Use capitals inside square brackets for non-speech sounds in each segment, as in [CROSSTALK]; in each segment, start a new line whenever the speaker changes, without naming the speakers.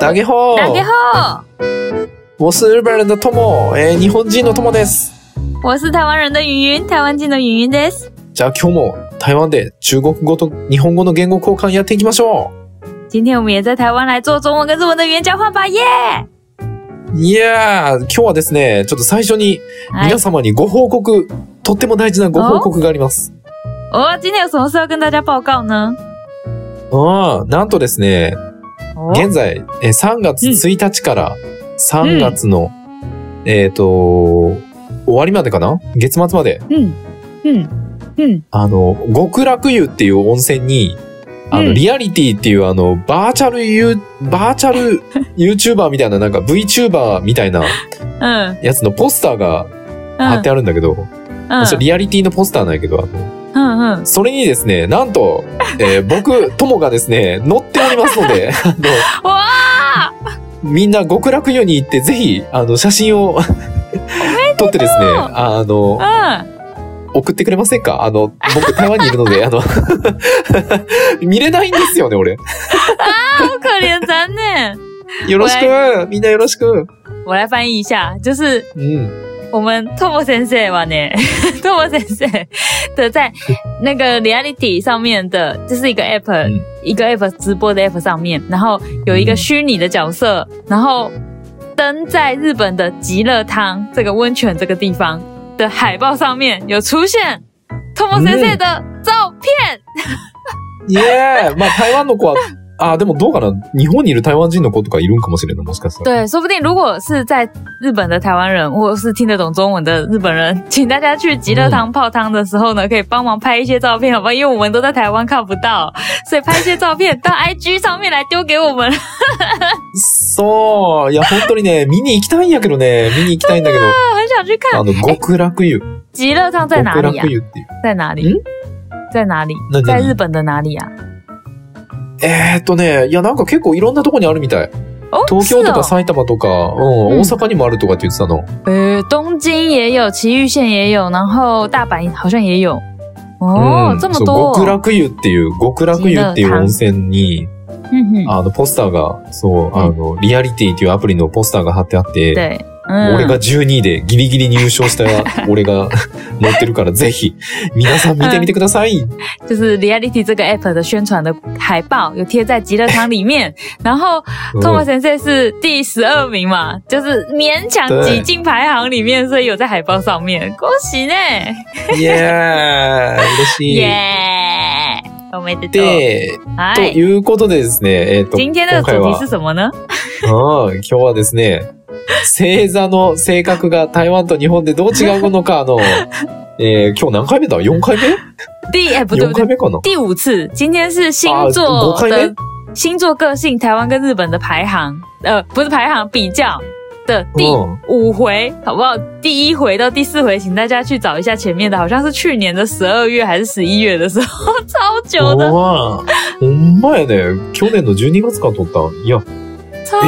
ダゲホー
投げ后，
我是日本人的 Tomo、えー日本人の Tomo です。
我是台湾人的云云，台湾进的云云 t h i s
じゃあ今日も台湾で中国語と日本語の言語交換やっていきましょ
今天我们也在台湾来做中文跟日文的语言交换吧，耶！
う。いやー、今日はですね、ちょっと最初に
哎
皆，様にご報告、とっても大事なご報告があります。
哦，今天有什么事要跟大家报告呢？
あーなんとですね、
哦，
現在、えー3月
うん
1日から3月の、えっ、と、終わりまでかな月末まで、
嗯嗯嗯，
あの、極楽湯っていう温泉に、あの、
うん
リアリティっていうあの、バーチャルユー、バーチャ [LAUGHS] ル YouTuber みたいな、なんか VTuber みたいな
嗯
やつのポスターが貼
嗯
ってあるんだけど、
嗯
それリアリティのポスターなんやけど、あの
嗯嗯，
それにですね、なんと、えー [LAUGHS] 僕、友がですね、乗っておりますの [LAUGHS] で、あの、
哇，
みんな極楽湯に行って、ぜひ、あの、写真を撮ってですね、あの、
嗯，
送ってくれませんかあの、僕、台湾にいるので、あ [LAUGHS] の、見れないんですよね、俺。
好可怜咱呢。
よろしくみんなよろしく
我来翻译一下，就是
うん。
我们 Tom 先生哇呢 [LAUGHS] ，Tom 先生的在那个 Reality 上面的，这是一个 App，、
嗯
一个 App 直播的 App 上面，然后有一个
嗯
虚拟的角色，然后登在日本的极乐汤这个温泉这个地方的海报上面有出现 Tom 先生的照片，
イエーイまあ、台湾の子は、 [LAUGHS] あ、でもどうかな日本にいる台湾人の子とかいるんかもしれない、もしかしたら。
对，说不定如果是在日本的台湾人或者是听得懂中文的日本人，请大家去极乐堂泡汤的时候呢，可以帮忙拍一些照片，好吧？因为我们都在台湾看不到， [LAUGHS] 所以拍一些照片
[LAUGHS]
到 IG 上面来丢给我们。 [LAUGHS]
そう、いや、本当にね、見に行きたいんやけどね、見に行きたいんだけど、
很想去看
あの、極楽湯。
极乐堂在哪
極
里呀、
楽湯っていう。
在哪里
嗯？
在哪里
那？那
在
那
日本的哪里啊
え
呀、
ー、っとね、いや、なんか結構いろんなとこにあるみたい。
哦，
東京とか
是哦，
埼玉とか、うん、
うん
大阪にもあるとかって言ってたの。
呃，东京也有，埼玉县也有，然后大阪好像也有。哦，
うん
这么
そう
多、
極楽湯っていう、極楽湯っていう温泉に、
嗯哼，
あの、ポスターが、そう、あの、リアリティっていうアプリのポスターが貼ってあって、
对，
俺
嗯
が。12位でギリギリ入賞した [LAUGHS] 俺が乗ってるから、ぜひ、皆さん見てみてください。
就是 Reality 这个 app 的宣传的海报有贴在极乐堂里面，然后
うん
Thomas 先生是第十二名嘛，就是勉强
对
挤进排行里面，所以有在海报上面，恭喜呢！
イエーイ嬉しい。
耶，我们的
で、
哎
と，いうことでですね、えっと、
今天的
今回
主
は
题是什么呢？
うん、今日はですね、星座の性格が台湾と日本でどう違うのか、あ [LAUGHS] の、えー今日何回目だ ?4 回目
第哎不对
?4
不
回
对，
目かな
第五次，今天是星
啊
座
我看一
的
遍
星座个性，台湾跟日本的排行，呃，不是排行比较的第
うん。
五回，好不好？第一回到第四回，请大家去找一下前面的，好像是去年的十二月还是十一月的时候，超久的，
ほんまほんまやね。去年の12月から撮った。いや、
超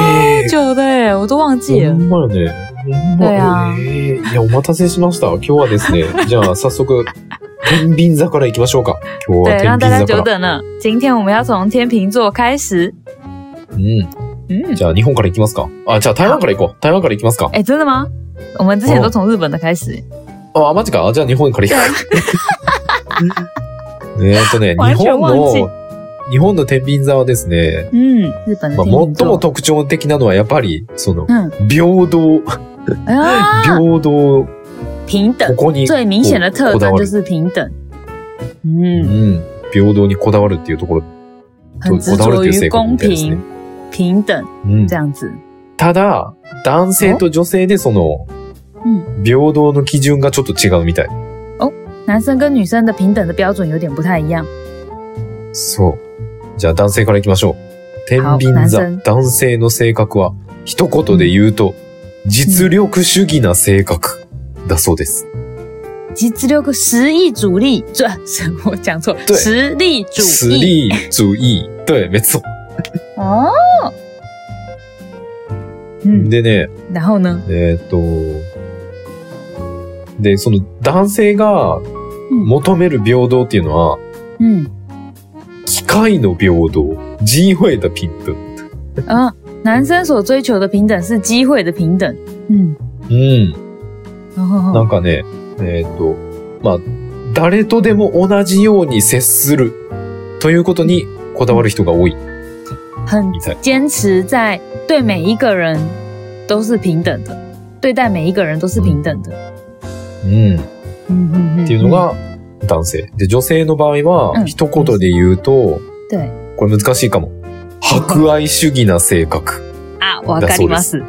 久的哎，我都忘记
ほんまや
了。
ね。ほんま
だや
えーいや、お待たせしました。今日はです
[LAUGHS]
ね、じゃあ早速、天秤座から行きましょうか。今日
对
は，天
让大家
秤
久
座から。
等了。今天我们要从天秤座开始。
うん。
嗯，
じゃあ日本から行きますか。あ、じゃあ台湾から行こう。台湾から行きますか。
哎、真的吗？我们之前都从日本的开始。
あ、マジか。あじゃあ日本から行く。えーっと [LAUGHS]
[LAUGHS]
ね、日
完全
本の
忘記、
日本の天秤座はですね、
嗯，日本的
まあ、
天
最
秤
も
座。
特徴的なのはやっぱり、その、
嗯
平等、
啊，
平等、
平等
ここに、
最明显的特
こだ
征
わ
就
る。
是平等。
う
嗯，
ん。平等にこだわるっていうところ。
很
こ
执
だわ
着
るっていう
于
性格
公
みたいですね
平、。平等
うん
这。样子。
ただ、男性と女性でその
う、
平等の基準がちょっと違うみたい。
男生跟女生的平等的标准有点不太一样。
そう。じゃあ男性から行きましょう。天秤
男
座、
性
男性の性格は、一言で言うと、実力主義な性格だそうです。
実力实力主力，这是我讲错，
对
实力主
实
义。
力主義。对、没错。
哦，嗯，
でね、
然后呢？
えーっと、で、その男性が求める平等っていうのは、
嗯
[LAUGHS] 機械の平等。人会的平等。
嗯，男生所追求的平等是机会的平等。嗯，
うん。な
哦
んかね、えーっと、まあ、誰とでも同じように接するということにこだわる人が多い
很
みたい。
坚持在对每一个人都是平等的，对待每一个人都是平等的。
うん。っ
嗯嗯嗯，
ていうのが男性。で、女性の場合
う
は、
ん
一言で言うと、
对
これ難しいかも。博愛主義な性格。
啊，我咖喱马斯，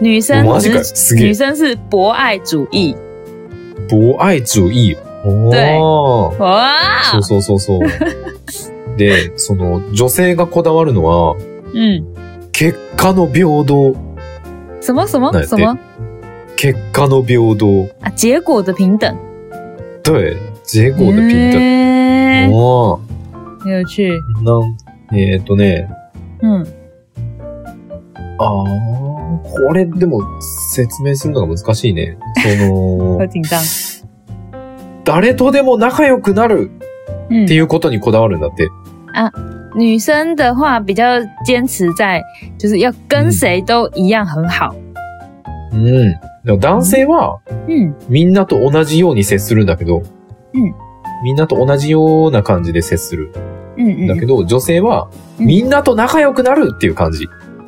女生
マジかよ。
只
すげえ
女。生是博爱主义。
博愛主義。お
对
ー。
哇
そ，うそうそうそう。 [LAUGHS] で、その、女性がこだわるのは、
嗯，
結果の平等。
什么什么
那
什么
結果の平等。
啊？结果的平等，
对。结果の平等。哦
欸
おー。
很有趣。
なん、えっ、とね、
嗯，
哦あー、これでも説明するのが難しいね。
[LAUGHS]
そ
好
の、
紧张。
誰とでも仲良くなる
嗯
って，いうことにこだわるんだって。
女生的话比较坚持在就是要跟谁都一样很好。
うん。でも男性は
嗯
みんなと同じように接するんだけど、
うん
みんなと同じような感じで接する
嗯
んだ
嗯
けど、女性は
うん
みんなと仲良くなるっていう感じ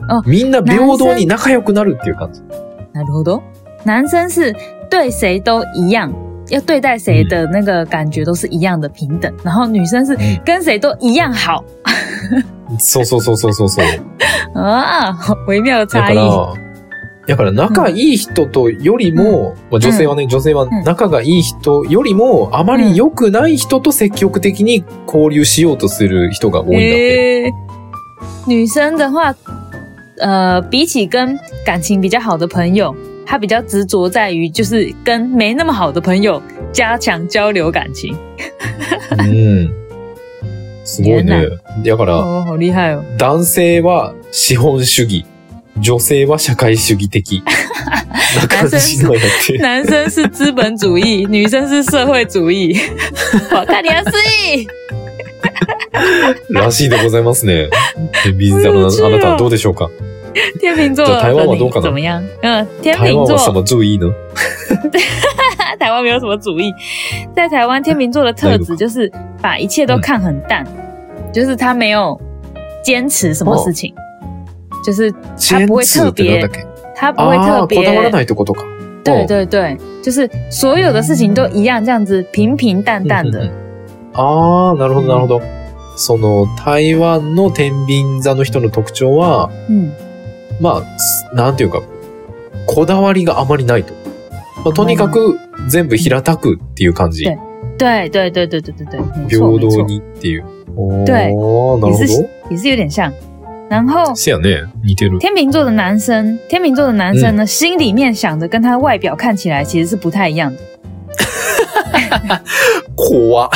あ。
みんな平等に仲良くなるっていう感じ。
嗯，なるほど。男生是对谁都一样，要对待谁的那个感觉都是一样的平等。然后女生是
嗯
跟谁都一样好
そうそうそうそうそうそう。
啊，好微妙的
だ
差
か
异。
ら、だから仲いい人とよりも、まあ、女性はね、女性は仲がいい人よりも、あまり良くない人と積極的に交流しようとする人が多いんだって。
诶女生的话，呃，比起跟感情比较好的朋友，她比较执着在于就是跟没那么好的朋友加强交流感情。
うん。すごい
言
ね。だから、
哦，好厉害哦！
男性は資本主義、女性は社会主義 [LAUGHS] 的な感じなんだって。
男生是资本主
[LAUGHS]
义，女生是社会主义。我看你要肆意。
[LAUGHS] らしいでございます [LAUGHS] ね。でビンザのあなたはどうでしょうか
天秤座
这台湾
的
我都
你
可能
怎么样？嗯，天
台
秤
湾
座
は什么注意呢
[LAUGHS] 台湾没有什么主意，在台湾天秤座的特质就是把一切都看很淡，就是他没有坚持什么事情，就是
チェーンツーってなんだっけ
他不会
あ
特
あー、こだわら
别，
ないってことか。
对对对，就是所有的事情都一样，这样子平平淡淡
うんう
的。
んうんああ、なるほど、なるほど。その、台湾の天秤座の人の特徴は、
嗯，
まあす、なんていうか、こだわりがあまりないと。まあ、とにかく、全部平たくっていう感じ。
对对对嗯对对对对对，没
平
错没
等
错，
にっていう。おー、な
对
るほど。
也是也是有点像。然后
せやね、似てる。
天秤座的男生，天秤座的男生呢，心里面想的跟他外表看起来其实是不太一样的。
怖っ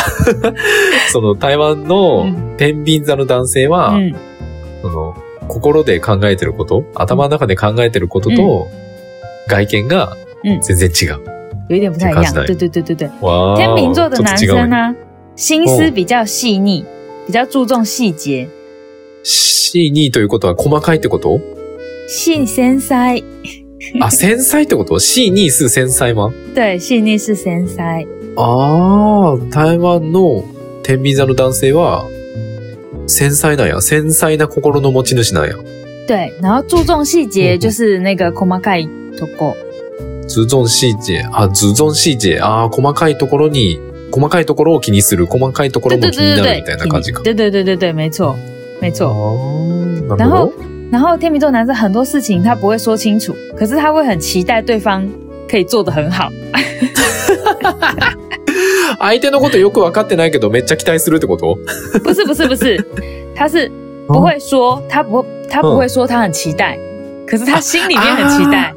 [LAUGHS] その、台湾の
うん
天秤座の男性は、
嗯
その、心で考えてること、頭の中で考えてることと、外見が
嗯
全。然違う。
有一点不太
就
一
看
样
起来。
对对对对对，
わー
天秤座的
ちょ
男
っと違う
生
ね
呢，心思比较细腻，比较注重细节。
C2 ということは細かいってこと
细繊塞，
あ、繊細ってこと ?C2 数繊細は
对，细腻是纤塞。
あー、台湾の天秤座の男性は、繊細なんや。繊細な心の持ち主なんや。
对，然后注重细
嗯
节
嗯
就是那个 komakai toko。
ズゾンシージェ。あ、ズゾンシージェ。あー、細かいところに、細かいところを気にする。細かいところ
对
も
对
気にな
对
る
对
みたいな感じ
对，
か。
对对对对对，没错没
あ
错。
ー、な
然
るほ
后
ど。，
然后天秤座男生很多事情他不会说清楚，可是他会很期待对方可以做得很好。
相手のことよくわかってないけど、めっちゃ期待するってこと
不是不是不是，他是不会说，他不他不会说他很期待，可是他心里面很期待。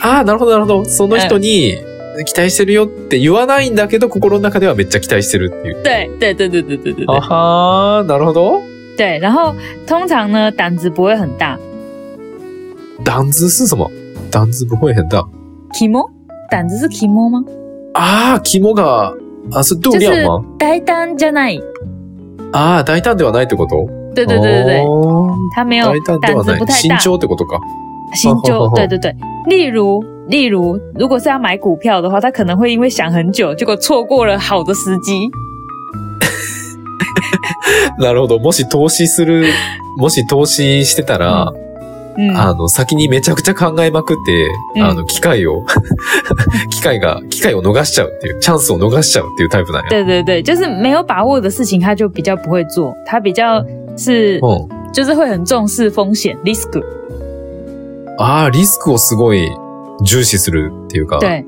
ああ、なるほど、なるほど。その人に期待してるよって言わないんだけど、心の中ではめっちゃ期待してるっていう。
对对对对对对对
あ
对
はー、なるほど。
对。然后通常呢，胆子不会很大
ダンズす什么ダンズ不会很大。
，kimo 胆子是 kimo 吗？
ああ、肝が、あ、それ、度量
就是
吗
呆呆じゃない。
ああ、大胆ではないってこと
对对对对对，
哦
他没有
大胆で
胆
は
子
な
不
い。
太
慎
大。
重ってことか。
新
好好
旧
好，
对对对。例如，例如，如果是要买股票的话，他可能会因为想很久，结果错过了好的时机。
なるほど。もし投資する、もし投資してたら、
嗯，
あの、先にめちゃくちゃ考えまくって、
うん
あの、機会
[LAUGHS]
を、機会が、機会を逃しちゃうっていう、チャンスを逃しちゃうっていうタイプなんや。
对对对，就是没有把握的事情，他就比较不会做，他比较是
うん。
就是会很重视风险 risk。
哦ああ、リスクをすごい重視するっていうか、
对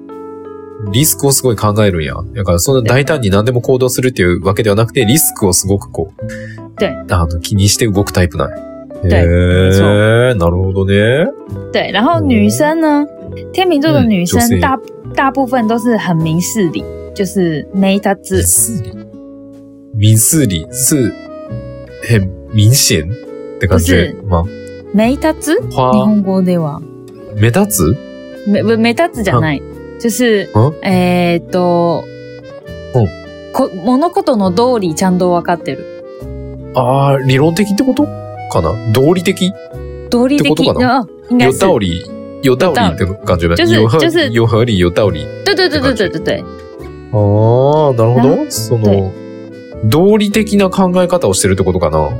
リスクをすごい考えるんや。だから、そんな大胆に何でも行動するっていうわけではなくて、リスクをすごくこう、
对
あの、気にして動くタイプなんや。
对
へえ、なるほどね。
对，然后女生呢，天秤座的
嗯
女
就
生
是
大大部分都是很明事理，就是没他字
ミ。スリ。ミスリ、す、え、明显って感じで
不。
ま
没他字，
あ、
日
は、
本語では
目立つ
没不没他字じゃない。就是
うん
えーっと
うん、
こ物事の道理ちゃんと分かってる。
ああ、理論的ってことかな道理的
道理的
ってことか
嗯，应该
有
是
道理。有道理って感じだ
就是
有合
就是
有合理、有道理。
对对对对对对对
ああ、なるほ
然
ど。その、道理的な考え方をしてるってことかな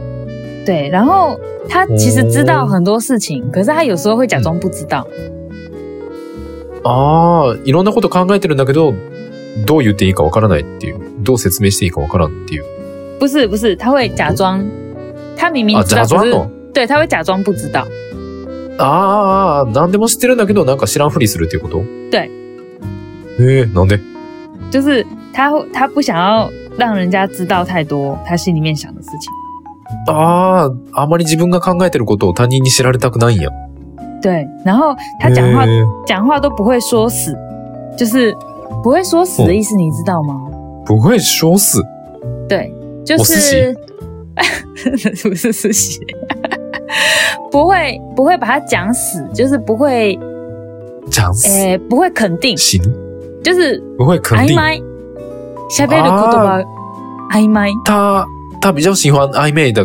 对。然后他其实知道很多事情，可是他有时候会假装不知道。
ああ、いろんなこと考えてるんだけど、どう言っていいかわからないっていう。どう説明していいかわからんっていう。
不是不是，他会假装，他明明
あ、
知道，
假
可
装
是
の
对，他会假装不知道。
あーあー、何でも知ってるんだけど、なんか知らんふりするっていうこと
对
ええなんで
就是他会他不想要让人家知道太多他心里面想的事情。
ああ、あまり自分が考えてることを他人に知られたくないんや。
对，然后他讲话
へえ
讲话都不会说死，就是不会说死
哦
的意思，你知道吗？
不会说死。
对，就
我
是 [LAUGHS] 不是实习，不会不会把他讲死，就是不会
チャンス。
诶、不会肯定，
死ぬ。
就是
不会肯
暧
定。啊
昧，下边的言葉曖昧。
他、他比较喜欢曖昧的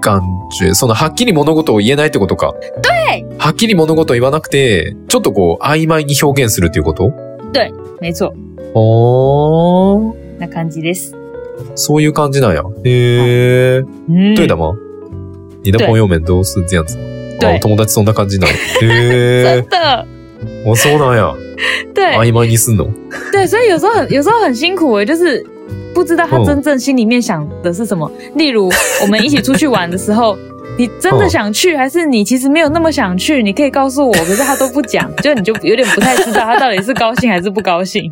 感觉。その、はっきり物事を言えないってことか。
对
はっきり物事を言わなくて、ちょっとこう、曖昧に表現するっていうこと
没错，
おー。
那感じです。
そういう感じなんや。へえ。
嗯，
对的，吗？你的
对
朋友们都是这样子吗？
对
あお友達そんな感じなの。 [LAUGHS] へえ
真。的，
あ、そうなんや。
对
曖昧にすんの。
[LAUGHS] 对，所以有时候很有时候很辛苦诶，欸就是不知道他真正心里面想的是什么。例如，我们一起出去玩的时候。你真的
嗯
想去，还是你其实没有那么想去？你可以告诉我，可是他都不讲，就你就有点不太知道他到底是高兴还是不高兴。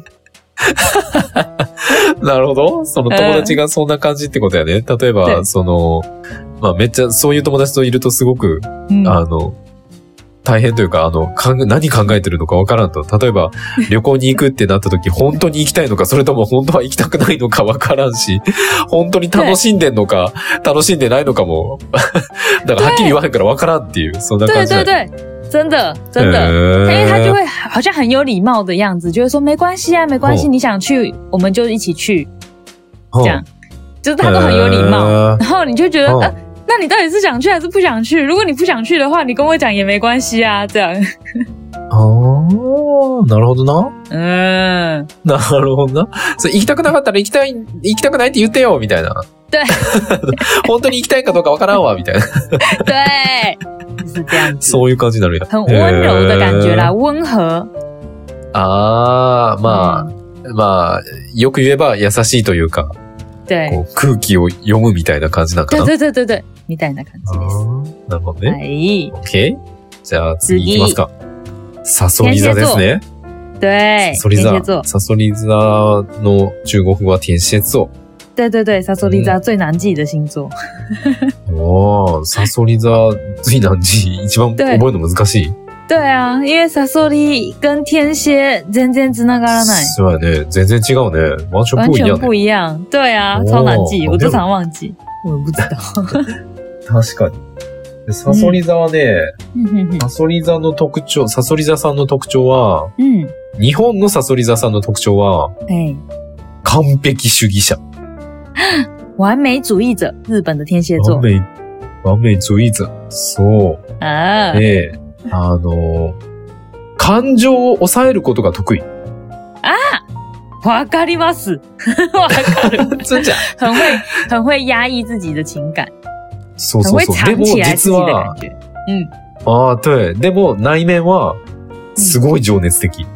なるほど。その友達がそんな感じってことやね。例え
对
ば、その、まあめっちゃそういう友達といるとすごく、
嗯，
あの、大変というか、あの、考え何考えてるのかわからんと。例え [LAUGHS] ば、旅行に行くってなった時、本当に行きたいのか、それとも本当は行きたくないのかわからんし、本当に楽しんでんのか、楽しんでないのかも、 [LAUGHS] だからはっきり言わへんからわからんっていう、そんな
对
感じだ
对
よね。
对，真的真的。因为他
へ
就
ー
会好像很有礼貌的样子，就会说没关系啊，没关系，
哦
你想去我们就一起去，这样，就是他都很有礼貌。
へー
然后你就觉得，
哦
呃，那你到底是想去还是不想去？如果你不想去的话，你跟我讲也没关系啊，这样。
ああ、なるほどな。
嗯，
[LAUGHS] なるほどな。それ行きたくなかったら行きたい、行きたくないって言ってよ、みたい [LAUGHS] な。
对
本当に行きたいかどうかわからんわ、みたいな。
对，就是这样子，
そういう感じになるんや。
很温柔的感觉
へー。
啦，温和。
ああ、ま
嗯，
あ、まあ、よく言えば優しいというか、
对，
こう空気を読むみたいな感じなんか
对
な。
对对对对，みたいな感
あ
じです。
ーなるほどね。
哎，
OK? じゃあ次行きますか。サソリ座ですね。
对
サ，ソリ
天蝎座
座。，サソリ座の中国語は天蝎座。
对对对，萨索利
嗯
扎最难记的星座。
おー、サソリ座、つい何時 [LAUGHS] 一番覚えるの難しい。
对啊，因为サソリ跟天蝎全然つながらない，
そうやね。全然違うね。完全
完
不一
全
样ね
不一样。对啊，
哦
超难记，
好厉害
我都常忘记。我不知道。
確かに。でサソリ座はね、サソリ座の特徴、サソリ座さんの特徴は、
[LAUGHS] 嗯，
日本のサソリ座さんの特徴は、
哎，
完璧主義者。
完美主义者，日本的天蝎座
完。美、完美主義者。そ
啊
う。で、あの、感情を抑えることが [LAUGHS] 得意。
わかります。 [LAUGHS] わかる。
真じゃん。
很会很会压抑自己的情感，
そう
很
そう
会
そう。で
藏
も
起来自
実
己的感
は、
觉。
ああ、对。でも内面は、すごい情熱的。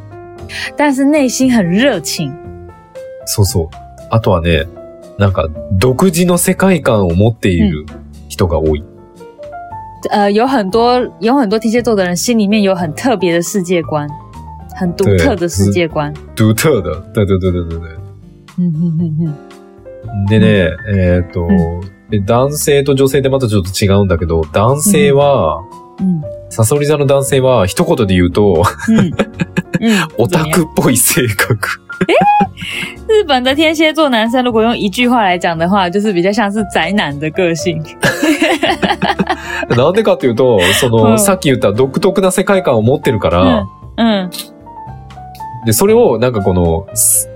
但是内心很热情。
そうそう。あとはね、なんか、独自の世界観を持っている人が多い。
呃，有很多有很多天蝎座的人心里面有很特别的世界观，很独
对
特的世界观。
独特的。对对对对对对。
嗯哼哼哼，
でね、えーっ、と、
う
で男性と女性でまたちょっと違うんだけど、男性は、
嗯
サソリ座の男性は一言で言う
[LAUGHS]
と、 [LAUGHS]，
嗯嗯
オ
怎
タ
么样
クっぽい性格。
日本的天蝎座男生，如果用一句话来讲的话，就是比较像是宅男的个性。
なんでかっていうと、そうの、
ん
さっき言った独特な世界観を持ってるから、
嗯
で、それをなんかこの、す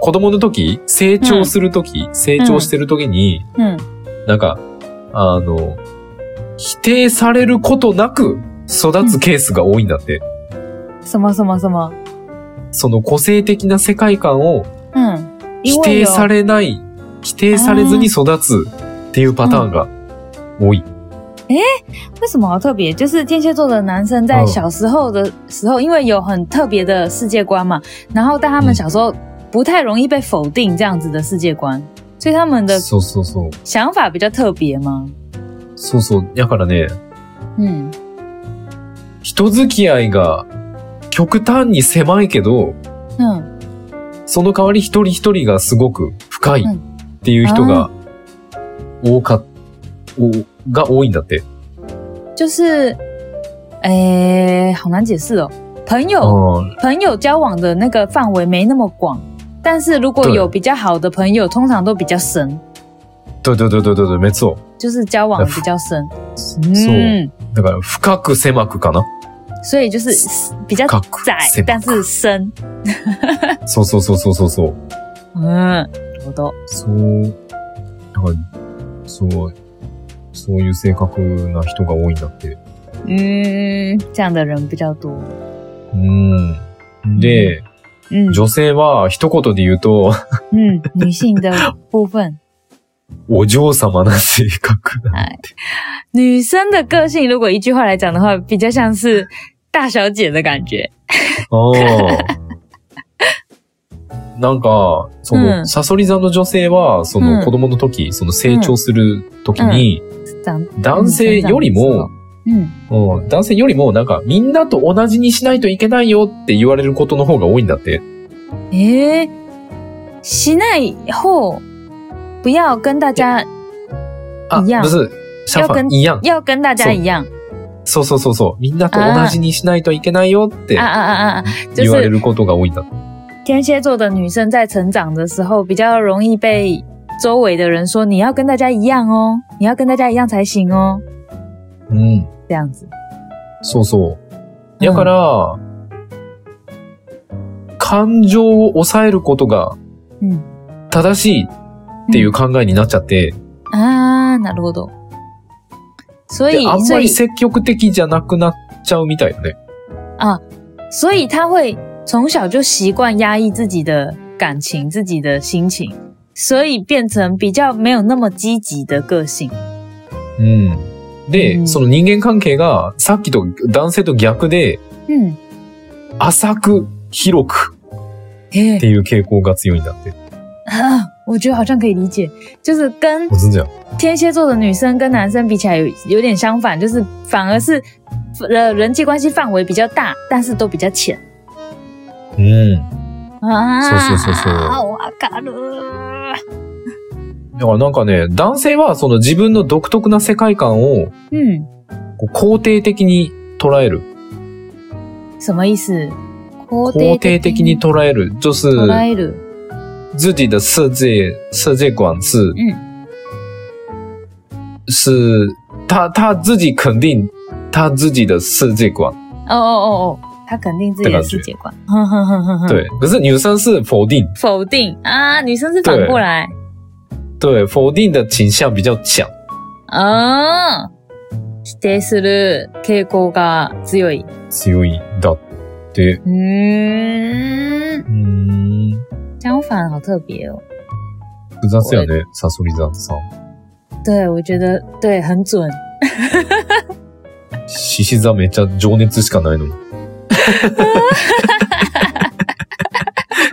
子供の時、成長する時、成長してる時に、
嗯
なんか、あの、否定されることなく育つケースが多いんだって。
什么什么什么，
その個性的な世界観を
嗯，因
否
为
定
有
されない、否定されずに育つっていうパターンが多い。
为什么好特别？就是天蝎座的男生在
嗯
小时候的时候，因为有很特别的世界观嘛，然后但他们
嗯
小时候不太容易被否定这样子的世界观，所以他们的
そうそうそう。
想法比较特别吗？
そうそう。だからね、
嗯
人付き合いが極端に狭いけど、
嗯
その代わり一人一人がすごく深いっていう人が多かっ、おが多いんだって。
就是，哎、好难解释哦。朋友、
うん
朋友交往的那个范围没那么广，但是如果
对
有比较好的朋友，通常都比较深，
对对对对对对、めっそう。
就是交
呃
往比较深。嗯
そう。，だから深く狭くかな。
所以就是比较
深く
窄
狭，
但
く。
是深。
そうそうそうそうそうそう。
嗯，我都
そう、だから、そう、そういう性格な人が多いんだって。
嗯，这样的人比较多。
うん。で、
嗯
女性は一言で言うと、 [LAUGHS]
嗯，女性的部分，
お嬢様な性格。
女生的个性，如果一句话来讲的话，比较像是大小姐的感觉。
ああ。なんか、その、
うん
サソリ座の女性は、そ
うん
の子供の時、その成長する時に、
长
男性よりも、
嗯，
うん男性よりもなんかみんなと同じにしないといけないよって言われることの方が多いんだって。
诶，しない方不要跟大家
あ、
一样
不是、シャンファ
要
ン、
跟
いやん。
要跟大家一样
そうそうそうそう。みんなと同じにしないといけないよって
啊啊啊啊！就
言われ
是
ることが多いんだって。
天蝎座的女生在成长的时候，比较容易被周围的人说你要跟大家一样哦，你要跟大家一样才行哦，
うん。
这样子。
そうそう。だから、感情を抑えることが
嗯
正しいっていう考えになっちゃって、
啊，なるほど。所以
で、あん
所
ま
以
り積極的じゃなくなっちゃうみたいよね。
所以他会从小就习惯压抑自己的感情、自己的心情，所以变成比较没有那么积极的个性。
うん。で、
うん
その人間関係がさっきと男性と逆で、
嗯，
浅く、広く
嘿
っていう傾向が強いんだって。
啊， [LAUGHS] 我觉得好像可以理解，就是跟
おずんじゃん。
天蝎座的女生跟男生比起来有有点相反，就是反而是呃人际关系范围比较大，但是都比较浅
うん。
啊。
是是是是
我靠
だからなんかね、男性はその自分の独特な世界観を
嗯，
こう肯定的に捉える。
什么意思？
肯定的に捉える。就是
捉える。
自己的世界、世界观是、是他他自己肯定他自己的世界观。
哦哦哦哦，他肯定自己的世界观，哼哼哼哼哼，
对，可是女生是否定。
否定啊，女生是反过来，
对，否定的倾向比较强。
ああ。否定する傾向が強い。
強いんだって。
うーん。
うーん。
相反好特别哦。
複雑やね、サソリ座さん。
对，我觉得对，很准。
獅子座めっちゃ情熱しかないのに。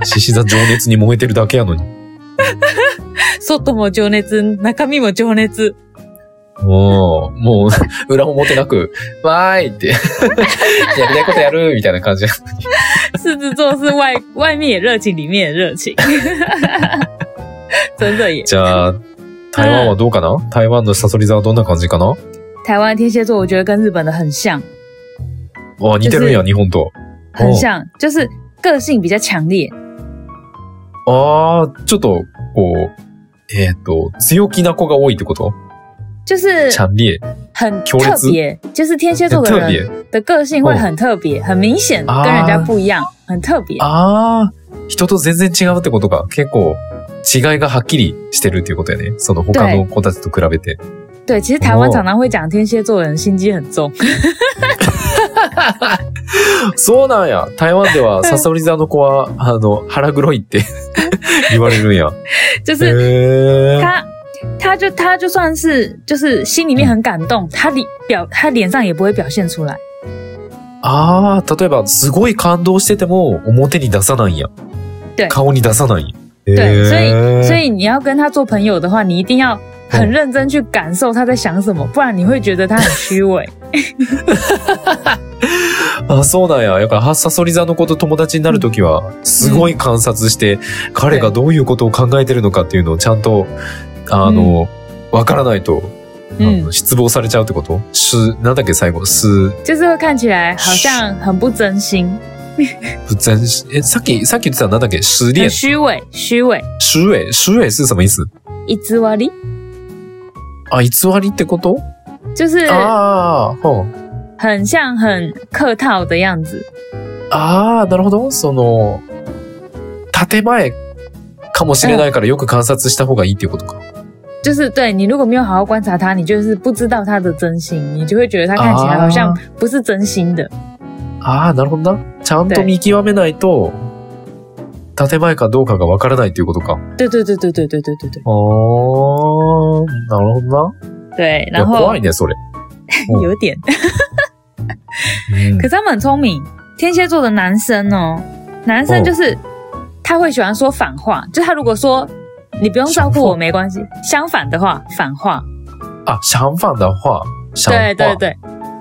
獅子座情熱に燃えてるだけやのに。
外も情熱、中身も情熱。
もう、も [LAUGHS] う、裏表なく、わーいって、 [LAUGHS] やりたいことやるみたいな感じ。
狮子座是外外面也热情，里面也热情。 [LAUGHS] 真的耶！
じゃあ、台湾はどうかな台湾のサソリ座はどんな感じかな
台湾天蝎座，我觉得跟日本的很像，
あ、似てるんや、日本と。
很
哦
像，就是个性比较强烈。
あー、ちょっと、こう、えっ、ー、と、強気な子が多いってこと
就是
チャンリエ。
很
求人
特别，就是天蝎座的
特
人
别。
的个性会很特别，很明显，
啊
跟人家不一样，很特别。
あー、人と全然違うってことか。結構、違いがはっきりしてるっていうことやね。その他の子たちと比べて。
对，其实台
哦
湾常常会讲天蝎座的人心机很重， [LAUGHS]
そうなんや。台湾で [LAUGHS] は、サソリ座の子は、あの、腹黒いって [LAUGHS] 言われるん [LAUGHS] や。
就是
へー。
他，他就他就算是就是心里面很感动，他里表他脸上也不会表现出来。
あー、例えば、すごい感動してても、表に出さないんや
对。
顔に出さないんや。
对，所
へー
以所以你要跟他做朋友的话，你一定要很认真去感受他在想什么，不然你会觉得他很虚伪。
あ、そうなんや。やっぱ、サソリ座の子と友達になるときは、すごい観察して、彼がどういうことを考えてるのかっていうのをちゃんと、あの、わ、からないと、あの
嗯，
失望されちゃうってことす、なんだっけ最後、す、
就是会看起来好像很不真心，
不真し、え、さっき、さっき言ってたなんだっけ失
很
恋。
虚伪，虚伪。
失礼失礼是什么意思
一只瓦力
あ、偽りってこと
就是
ああ、ほう。
很像很客套的样子。
ああ、なるほど。その、建前かもしれないからよく観察した方がいいっていうことか。
就是对你如果没有好好观察他，你就是不知道他的真心，你就会觉得他看起来好像不是真心的。
ああ、なるほどな。ちゃんと見極めないと、建前かどうかがわからないっていうことか。ああ、
对对对对对对对对对
なるほどな。
对，
いや
然后
怖いね、それ。怖い
有点，
うん
可是他们很聪明，天蝎座的男生哦，男生就是、他会喜欢说反话，就他如果说你不用照顾
相
我
反
没关系，相反的话反话，
あ、シャンファンだ、ファ。シャンファ
对对对，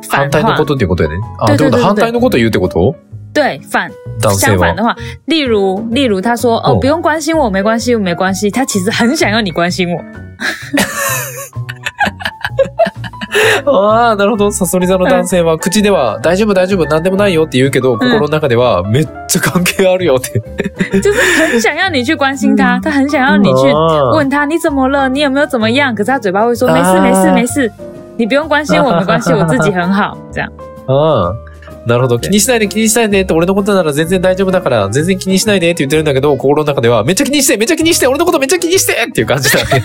反
反
対の
话
ことっていうことやね。あ、
对
ってこ
对
と
对
反対のこと言うってこと
对反
男性
相反
は
的。话，例如例如他说哦
嗯
不用关心我没关系没关系，他其实很想要你关心我，
ああ、なるほど。サソリ座の男性は、口では大丈夫大丈夫、なんでもないよって言うけど、心の中ではめっちゃ関係あるよ [LAUGHS] って。
就是很想要你去关心他，他很想要你去问他你怎么了，你有没有怎么样？可是他嘴巴会说
啊
没事没事没事，你不用关心我，没关系，我自己很好。这样，
ああ、なるほど。気にしないで気にしないでって、俺のことなら全然大丈夫だから、全然気にしないでって言ってるんだけど、心の中では、めっちゃ気にして、めっちゃ気にして、俺のことめっちゃ気にしてっていう感じだ [LAUGHS] ね。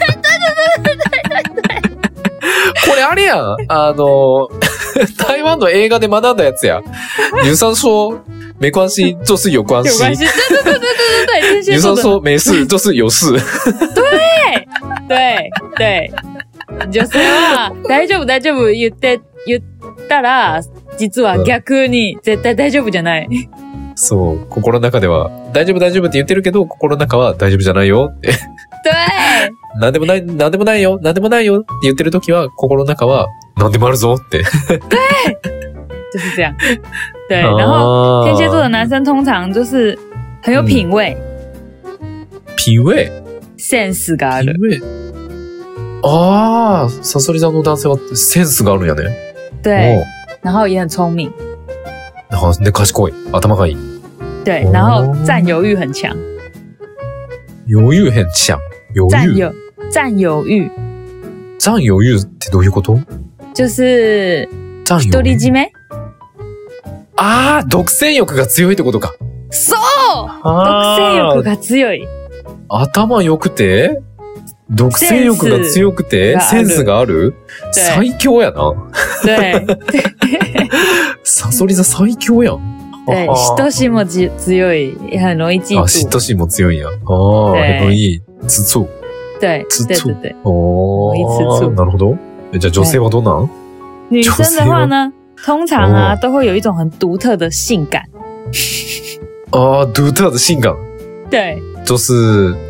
これあれやん。あ [LAUGHS] の、台湾の映画で学んだやつ [LAUGHS] や。有酸素、没关系、就是有关
有
系。
关系，对对对对对对对，天蝎
有酸
座的，
素、没事、就是有
[LAUGHS]
事。
对对，你就是啊，大丈夫大丈夫言って言ったら。実は逆に絶対大丈夫じゃない。
そう、心の中では、大丈夫大丈夫って言ってるけど、心の中は大丈夫じゃないよって、
对，
なんでもない、なんでもないよ、なんでもないよって言ってる時は、心の中は、なんでもあるぞって。
就是这样。对，
あー
然后天蝎座的男生通常就是很有品味、
ピンウェイ
sense があ
ピン
る。
ウェイああ、サソリ座の男性はセンスがあるんやね。
对，然后也很聪明，
おう。で、賢い。頭がいい。
对
哦，
然后占有欲很强，
余裕変ちゃん。余
占
裕。
有占有欲
残余裕ってどういうこと
就是
残
独
余
立
裕。
集め。
ああ、独占欲が強いってことか。
そう、独占欲が強い。
あー頭良くて独占欲が強くて、セ
セ
ン
ン
ス
ス
がある
对
最強やな。 [LAUGHS]
对
サソリ座最強やん。
对，都是もじ強い，也很容易记
あ、哦嫉
住。
妬心も強いんや。ああ、
对
へのいい。つつ
对
吃醋
对对对，
お
容易吃醋
ー。なるほど。えじゃあ女性はどんなん
女生的话呢，通常啊
哦
都会有一种很独特的性感。 [LAUGHS]
ああ、ドゥーターズシンガン。
对，
女子、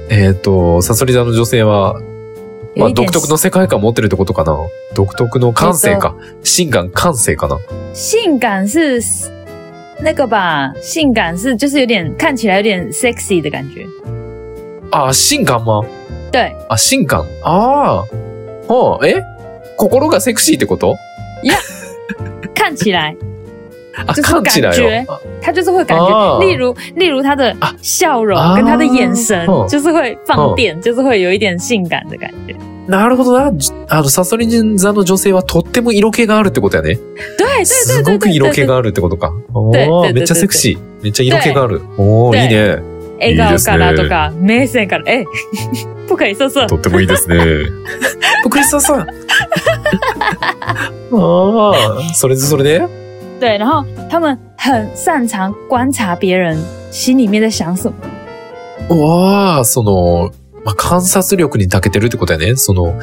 えっ、と、サソリ座の女性は、ま
有
あ
一点
独特の世界観持ってるってことかな。独特の感性か。シンガン感性かな。
性感是那个吧？性感是就是有点看起来有点 sexy 的感觉。
ああ、シンガン吗
对，
あ、シンガン。ああ。はあ、え心がセクシーってこと
看起来
あ、
ちょっと
勘違い
感
よ。
他就是会感
哦
觉，例如例如他的
啊
笑容
啊
跟他的眼神
哦，
就是会
哦
放电，就是会有一点性感的感觉。
なるほどな。じあの、サソリ座の女性はとっても色気があるってことやね。
对
す
对
ご
对
く
对
色
对
気
对
があるってことか。おー
对对
めっちゃセクシー。めっちゃ色気がある。おおいいね。
笑顔からとか、目線から、え、哎 [LAUGHS] 不可以色色。
とってもいいです [LAUGHS] ね。クリスタさん。 [LAUGHS] ああ、それでそれで
对，然后他们很擅长观察别人心里面在想什么。
わあ、その、まあ、観察力に長けてるってことやね。その、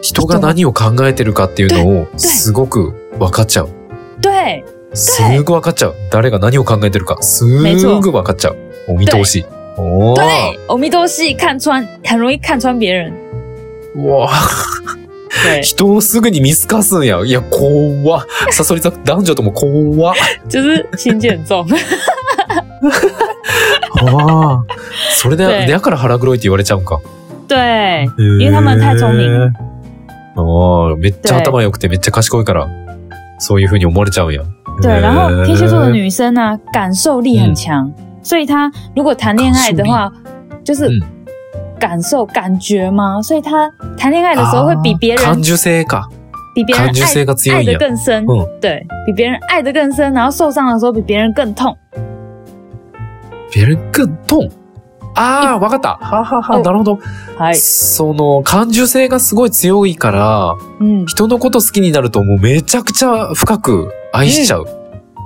人が何を考えてるかっていうのを、
对
すごく分かっちゃう。
对
すぐ分かっちゃう。誰が何を考えてるか、す
没错
ぐ分かっちゃう。お見通し。お
对
ー。，
我们都是看穿，很容易看穿别人。
うわあ。[LAUGHS]
对，
人をすぐに見透かすんや。いや、怖っ。サソリ座男女とも怖っ。
就是心机很重。
ああ。それで、
对
だから腹黒いって言われちゃうんか。
对
因
因为他们太聪明
ああ、めっちゃ頭良くてめっちゃ賢いから、そういう風に思われちゃうんや。
对，
へえ
然后天蝎座的女生呢、感受力很强，所以她如果谈恋爱的话，就是
嗯
感受感觉嘛，所以她谈恋爱的时候会
啊
比别人、
感受性か。
比别人
感受性
爱
が強
爱
いん
的
や。
更深，
嗯
对比别人爱的更深，然后受伤的时候比别人更痛。
ベルクトン。ああ、わかった。ははは、
お
なるほど。
はい、
その、感受性がすごい強いから、
嗯，
人のこと好きになるともうめちゃくちゃ深く愛しちゃう。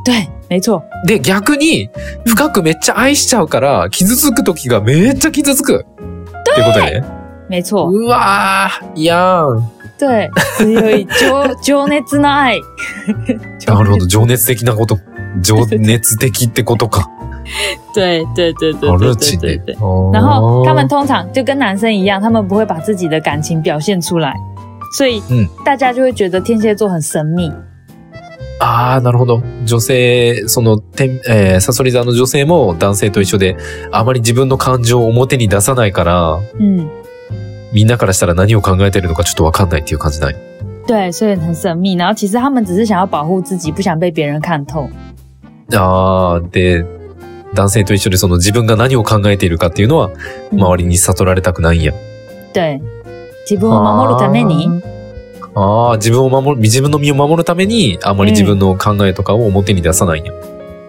对，没错，
で、逆に、深くめっちゃ愛しちゃうから、傷つく時がめっちゃ傷つく。ってことね。
没错，
うわー、いやーん。
对，只有一情情熱の愛。
なるほど、情熱的なこと。情熱的ってことか。 [LAUGHS]
对对对对
あル
对
[LAUGHS]
对
チ
对
ね
对。。
あー
然后他们通常就跟男生一样，他们不会把自己的感情表现出来，所以
嗯
大家就会觉得天蝎座很神秘。
ああ、なるほど。女性、その、てんえー、サソリ座の女性も男性と一緒で、あまり自分の感情を表に出さないから、
嗯，
みんなからしたら何を考えてるのかちょっとわかんないっていう感じない。
对，所以很神秘。然后其实他们只是想要保护自己，不想被别人看透。
ああ、で、男性と一緒でその自分が何を考えているかっていうのは、
嗯
周りに悟られたくないんや。
对，自
哦
分を守るために。
ああ、自分を守る、自分の身を守るために、あまり自分の考えとかを表に出さないんや。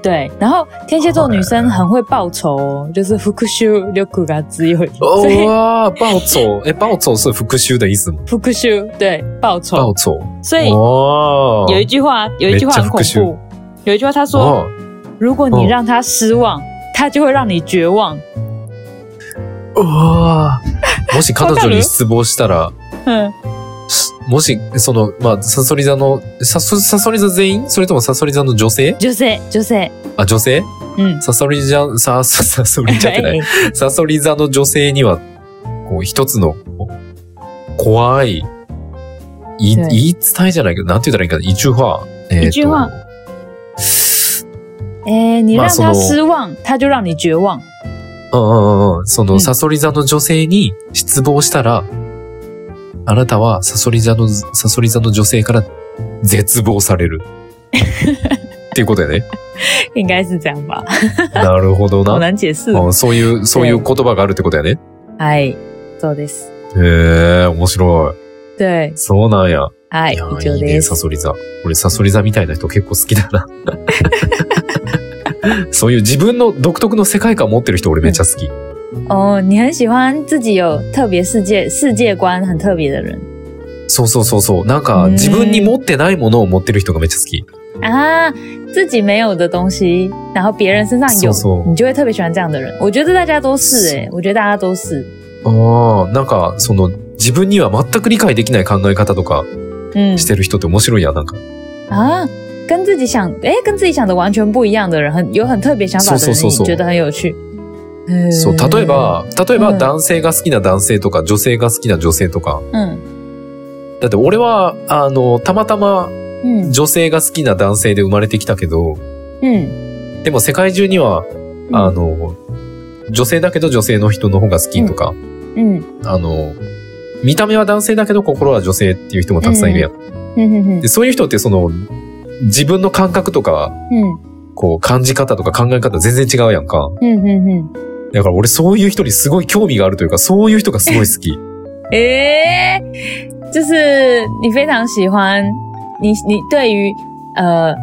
对，然后天蝎座女生很会报仇哦，就是復讐力が強い。
お
所以
わー、バオツォー。え、バオツォー是復讐的意思吗
復讐对报
バ
仇
オ，ツォ
所以
ー。お
有一句话，有一句话很
哦め
恐
っちゃ復哦
怖，有一句话他说。
あ
如果你
嗯
让他失望，他就会让你绝望。
うわーもし彼女に失望したら、
嗯，
もし、その、まあ、サソリ座の、サソサソリ座全員それともサソリ座の女性
就是就是，
あ、女性
嗯，哎
サソリ座、 [LAUGHS] サ、ササソリ座ってない。サソリ座の女性には、こう、一つの、こう怖い、い、言
はい
い伝えじゃないけど、なんて言ったらいいかな、一句話。えーと
一句話哎，你让他失望，他就让你绝望。
うんうんうんうん。その、
うん
サソリ座の女性に失望したら、あなたはサソリ座の、サソリ座の女性から絶望さ
[LAUGHS]
れる。っていうことやね。
应该是这样吧？哦
なるほど
啊 [LAUGHS] 好
な。
难解释。
あそういう、そういう言葉があるってことやね。
哎，そうです。
へえ、面白
对
い。，そうなんや。
哎，
いやー、
以
いい
上
ね、
で
サ
す。
ソリ座。俺、サソリ座みたいな人結構好きだ
[LAUGHS]
な。そういう自分の独特の世界観持ってる人俺めっちゃ好き。
哦，你很喜欢自己有特别世界世界观很特别的人
そうそうそうそう。なんか、
うん
自分に持ってないものを持ってる人がめっちゃ好き。
啊，自己没有的东西，然后别人身上
そ
有，
うそう
你就会特别喜欢这样的人。我觉得大家都是诶、我觉得大家都是，
ああ、なんか、その、自分には全く理解できない考え方とか
嗯
してる人って面白いやん、なんか。
啊，跟自己想诶、跟自己想的完全不一样的人，很有很特别想法的
そう
人，
そうそうそう
你觉得很有趣。嗯
そう、例えば、例え
う
ば
ん
男性が好きな男性とか、女性が好きな女性とか。
嗯
だって俺は、あの、たまたま
嗯
女性が好きな男性で生まれてきたけど、
嗯
でも世界中には、あの、女性だけど女性の人の方が好きとか、
嗯
あの、見た目は男性だけど心は女性っていう人もたくさんいるやん。
嗯哼哼
で、そういう人ってその、自分の感覚とか、
嗯
こう、感じ方とか考え方全然違うやんか。
嗯哼哼，
だから俺そういう人にすごい興味があるというか、そういう人がすごい好 [LAUGHS] き。
诶、就是你非常喜欢你你对于呃。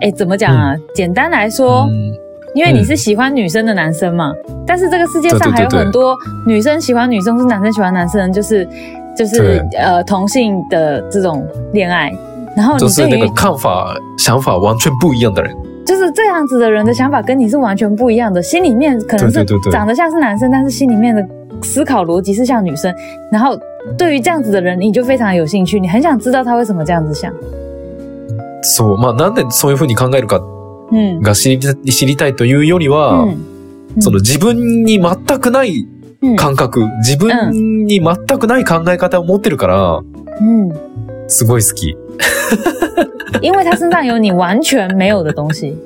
诶，怎么讲啊？简单来说，
うん
因为你是喜欢女生的男生嘛，但是这个世界
嗯对
上
对
还有
对
很多女生喜欢女生，或是男生喜欢男生，就是就是呃同性的这种恋爱。然后
就
你
是
对
那个
于
看法、想法完全不一样的人。
就是这样子的人的想法跟你是完全不一样的，心里面可能
对对
是
对对
长得像是男生，但是心里面的思考逻辑是像女生。然后对于这样子的人，你就非常有兴趣，你很想知道他为什么这样子想。
そう。まあなんでそういう風に考えるか
嗯
が知り知りたいというよりは、
嗯嗯
その自分に全くない
嗯
感覚、自分に全くない考え方を持ってるから、
嗯，
すごい好き。
因为他身上有你完全没有的东西，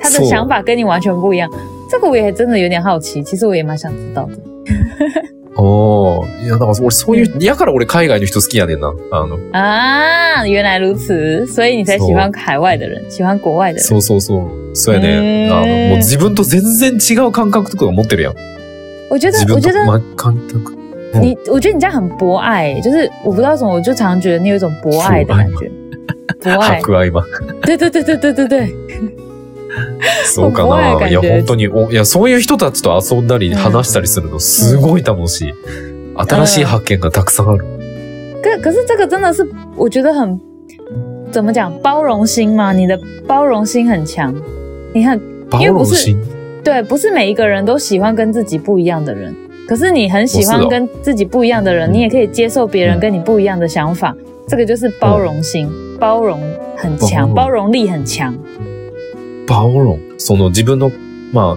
他的
是
想法跟你完全不一样。这个我也真的有点好奇，其实我也蛮想知道的。
おーいや、だから俺そういう、やから俺海外の人好きやねんな。あの、
啊，原来如此，所以你才喜欢海外的人，喜欢国外的人。
そうそうそう。そうやね。
うーん
あの、もう自分と全然違う感覚とか持ってるやん。
我觉得
自，
我
分
觉
と、
得
ま、感覚。嗯
你，我觉得你这样很博爱、欸就是我不知道为什么，我就常常觉得你有一种博爱的感觉。博爱，
博愛は。
对对对对对对对，
そうか
怖い
な。
感
い
じ
や、本当にお、いや、そういう人たちと遊んだり、話したりするの、すごい楽しい。新しい発見がたくさんある。
可可是这个真的是我觉得很怎么讲包容心吗？你的包容心很强，你很
バオ
因为
ロ
不
ン
是
シン。
对，不是每一个人都喜欢跟自己不一样的人。可是你很喜
不是
欢
哦
跟自己不一样的人，
嗯
你也可以接受别人
嗯
跟你不一样的想法。这个就是包容心，包容很强，
包容
包容力很强。
バオロン。その自分の、まあ、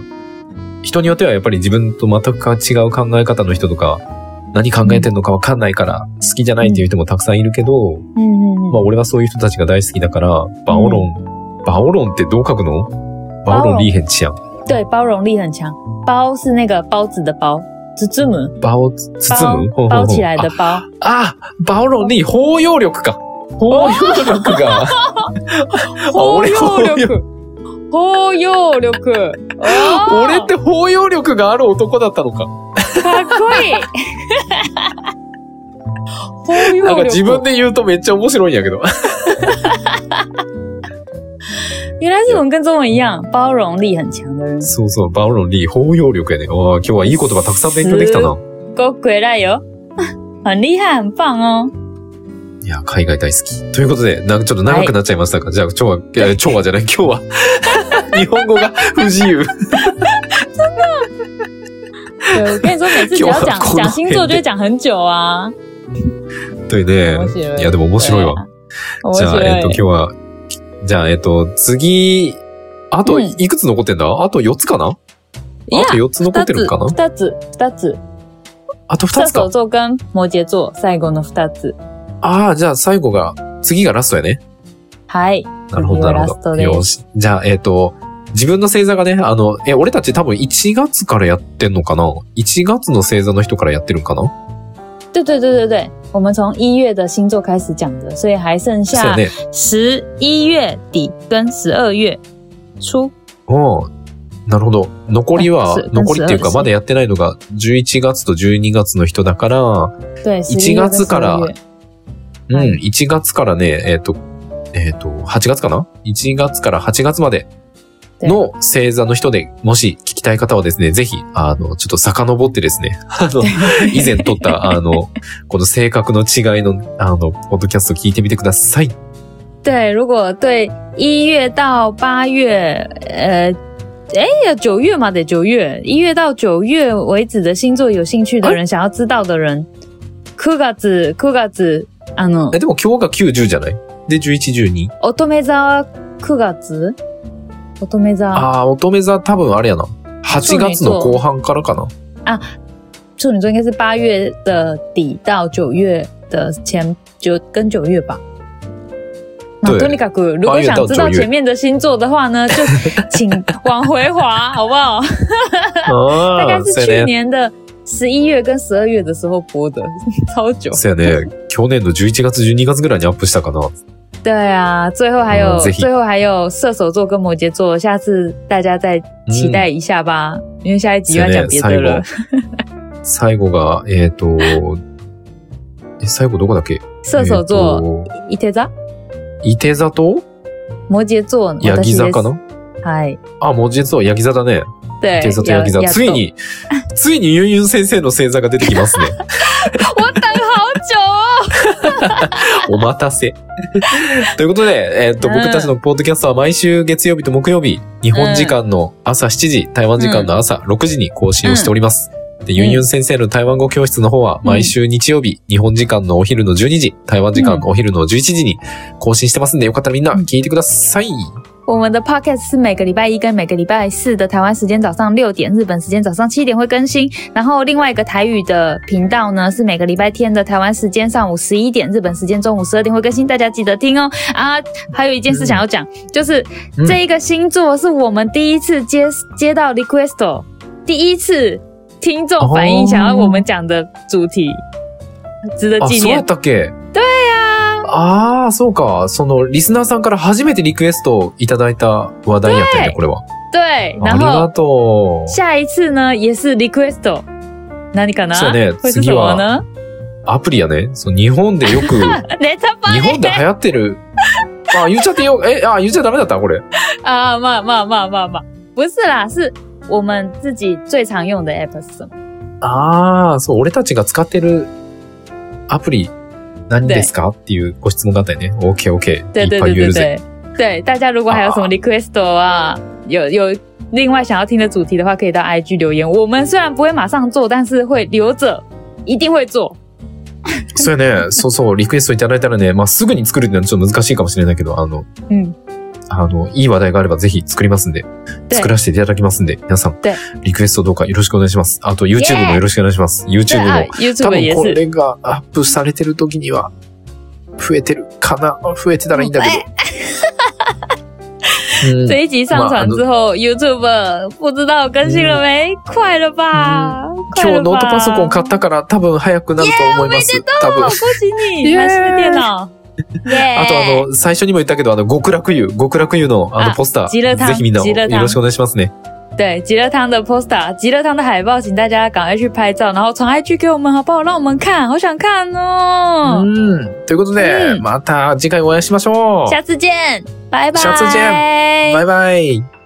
人によってはやっぱり自分と全く違う考え方の人とか、何考えてんのかわかんないから、好きじゃないっていう人もたくさんいるけど、
嗯嗯
まあ
嗯，
俺はそういう人たちが大好きだから、バオロン、バオロンってどう書くのバオロンリーヘンチアン。
对，包容力很强。包是那个包子的包，子字母
バオ、包むほうほ
包
う
包
ほ
起
う
来
[LAUGHS]
的包。
あ、バオロンに包容力か。包容力が。あ俺 [LAUGHS] 包容力。
哦哟，六个，哦
俺って包容力がある男だったのか。
かっ
[LAUGHS]
こいい。包容
なんか
力
自分で言うとめっちゃ面白いんやけど。
原来日文跟中文一样，包容力很强的人。
そうそう、バオロンリー包容力やね。わあ、今日はいい言葉たくさん勉強できたな。
给我回来哟！很厉害，很棒哦。
いや、海外大好き。ということで、なんかちょっと長くなっちゃいましたが、じゃあ今日は、えー今日はじゃない、今日 [LAUGHS] は。日本語が不自由。
对，我跟你说，每次只要
[LAUGHS]
讲
给我回来
讲星座，就会讲很久啊。
对ね。いや、でも面白いわ。
我
じ
觉
ゃあ、えっ、と、今
得
日は、じゃあ、えっ、と、次、あと、
うん
いくつ残ってんだ、あと4つかない
や
あと4つ残ってるのかな
二つ、二つ、
あと2
射
つか
手。座跟摩羯座最後の二つ。
ああ、じゃあ最後が、次がラストやね。
はい。
なるほど、
次が
な
ラ
る
ス
ほ
ト
ど。
です
よし。じゃあ、えっ、と、自分の星座がね、あの、え、俺たち多分1月からやってんのかな ?1 月の星座の人からやってるんかな
对对对对对，我们从一月的星座开始讲的，所以还剩
そうや
下
ね。
十一月底跟十二月初。
うん。なるほど。残りは
あす、
残りっていうか、
す
まだやってないのが、11月と12月の人だから、
对，
1月
[LAUGHS]
から
11月12月
うん、
はい
1月からね、えっ、と、えっ、と、8月かな ?1 月から8月まで、
对
の星座の人で、もし聞きたい方はですね、ぜひ、あの、ちょっと遡ってですね、 [LAUGHS] あの、以前撮
[LAUGHS]
った、あの、この性格の違いの、あの、ポッドキャスト聞いてみてください。
对，如果对一月到八月，呃，哎呀，九月嘛，得九月，一月到九月为止的星座有兴趣的人，想要知道的人，九月九月あの
え、でも今日が9、10じゃないで、11、12。
乙女座九月，乙女座
あー、乙女座多分あれやな。8月の後半からかな。
处女座应该是八月的底到九月的前九跟九月吧。那
对
托尼卡古，如
八
果
月
想
到
知道
九月
前面的星座的话呢，就请往回滑，好不好？
あ
大概是
そう
去
やね。
年的十一月跟十二月的时候播的， [LAUGHS] 超久。
そうやね。去年の11月、12月ぐらいにアップしたかな。
对啊，最后还有、
嗯ぜひ
最后还有射手座跟摩羯座，下次大家再期待一下吧，
嗯
因为下一集
そ
要
うや
讲
ね、
别的
最
了
後。。最後が、えっ、と、え、最後どこだっけ
射手座、
えーと
伊藤座、
伊手座と
摩羯座、
ヤギ座か
私
な
ですはい、
あ、文字座、ヤギ座だね。
对
伊手座とヤギ座。
や
ついに、ついにユンユン先生の星座が出てきますね。
やっと [LAUGHS] 我等好久哦。
お待たせ。 [LAUGHS] ということで、えっ、と、
うん
僕たちのポッドキャストは毎週月曜日と木曜日、日本時間の朝7時、台湾時間の朝6時に更新をしております。で、ユンユン先生の台湾語教室の方は、毎週日曜日、日本時間のお昼の12時、台湾時間のお昼の11時に更新してますんで、よかったらみんな聞いてください。
我们的 podcast 是每个礼拜一跟每个礼拜四的台湾时间早上六点，日本时间早上七点会更新。然后另外一个台语的频道呢，是每个礼拜天的台湾时间上午十一点，日本时间中午十二点会更新，大家记得听哦。啊，还有一件事想要讲，就是
嗯
这一个星座是我们第一次接接到 request，第哦一次听众反映
哦
想要我们讲的主题，值得
あ、
纪
そうや
念
っ。たっけ
啊
ああ、そうか。その、リスナーさんから初めてリクエストをいただいた話題やったよね、これは。
对，
あ
然
り
后
がとう。
下一次呢，也是 request，哪里哦可能啊
そうね
会是什么呢？
アプリやね。そう日本でよく、日
ネタバ
本で
レ
流行ってる。あ、言っちゃってよ、え、あ、言っちゃダメだったこれ。
啊！嘛嘛嘛嘛嘛，不是啦，是我们自己最常用的 app 是什么？
ああ、そう、俺たちが使ってるアプリ、何ですかっていうご質問があったよね。OK, OK.
对
い
对
っぱ
对
い言え
对
るぜ。
对对，大家如果还有什么
啊
request 啊，有有另外想要听的主题的话，可以到 IG 留言。我们虽然不会马上做，但是会留着，一定会做。
そうやね。そうそう、リクエストいただいたらね、まあ、すぐに作るってのはちょっと難しいかもしれないけど、あの、
嗯，
あの、いい話題があればぜひ作りますんで、
对
作らせていただきますんで、皆さん
で、
リクエストどうかよろしくお願いします。あと、
イ
YouTube
エーイ
もよろしくお願いします。YouTube
对啊
も。多
，YouTube
分
也
こ
是。
れがアップされてる時には増えてるかな増えてたらいいんだけど。うん
这一集上传之后，YouTube 不知道更新了没？快了吧！快
今日
了吧！
ノートパソコン買ったから多分早くなると思います。多分
哦，。恭 [LAUGHS] 喜你，
耶
还是电脑。耶！
あとあの、最初にも言ったけど、あの、極楽湯、極楽湯のあの
あ
ポスター、
ジラタン
ぜひみんなも
ジ
よ
ラタン
ろしくお願いしますね。
对极乐汤的 poster，极乐汤的海报，请大家赶快去拍照，然后传 IG 给我们好不好？让我们看，好想看哦！
うん。ということで
う、ん
また次回お会いしましょう。
下次见，拜拜，
下次见拜バイバイ。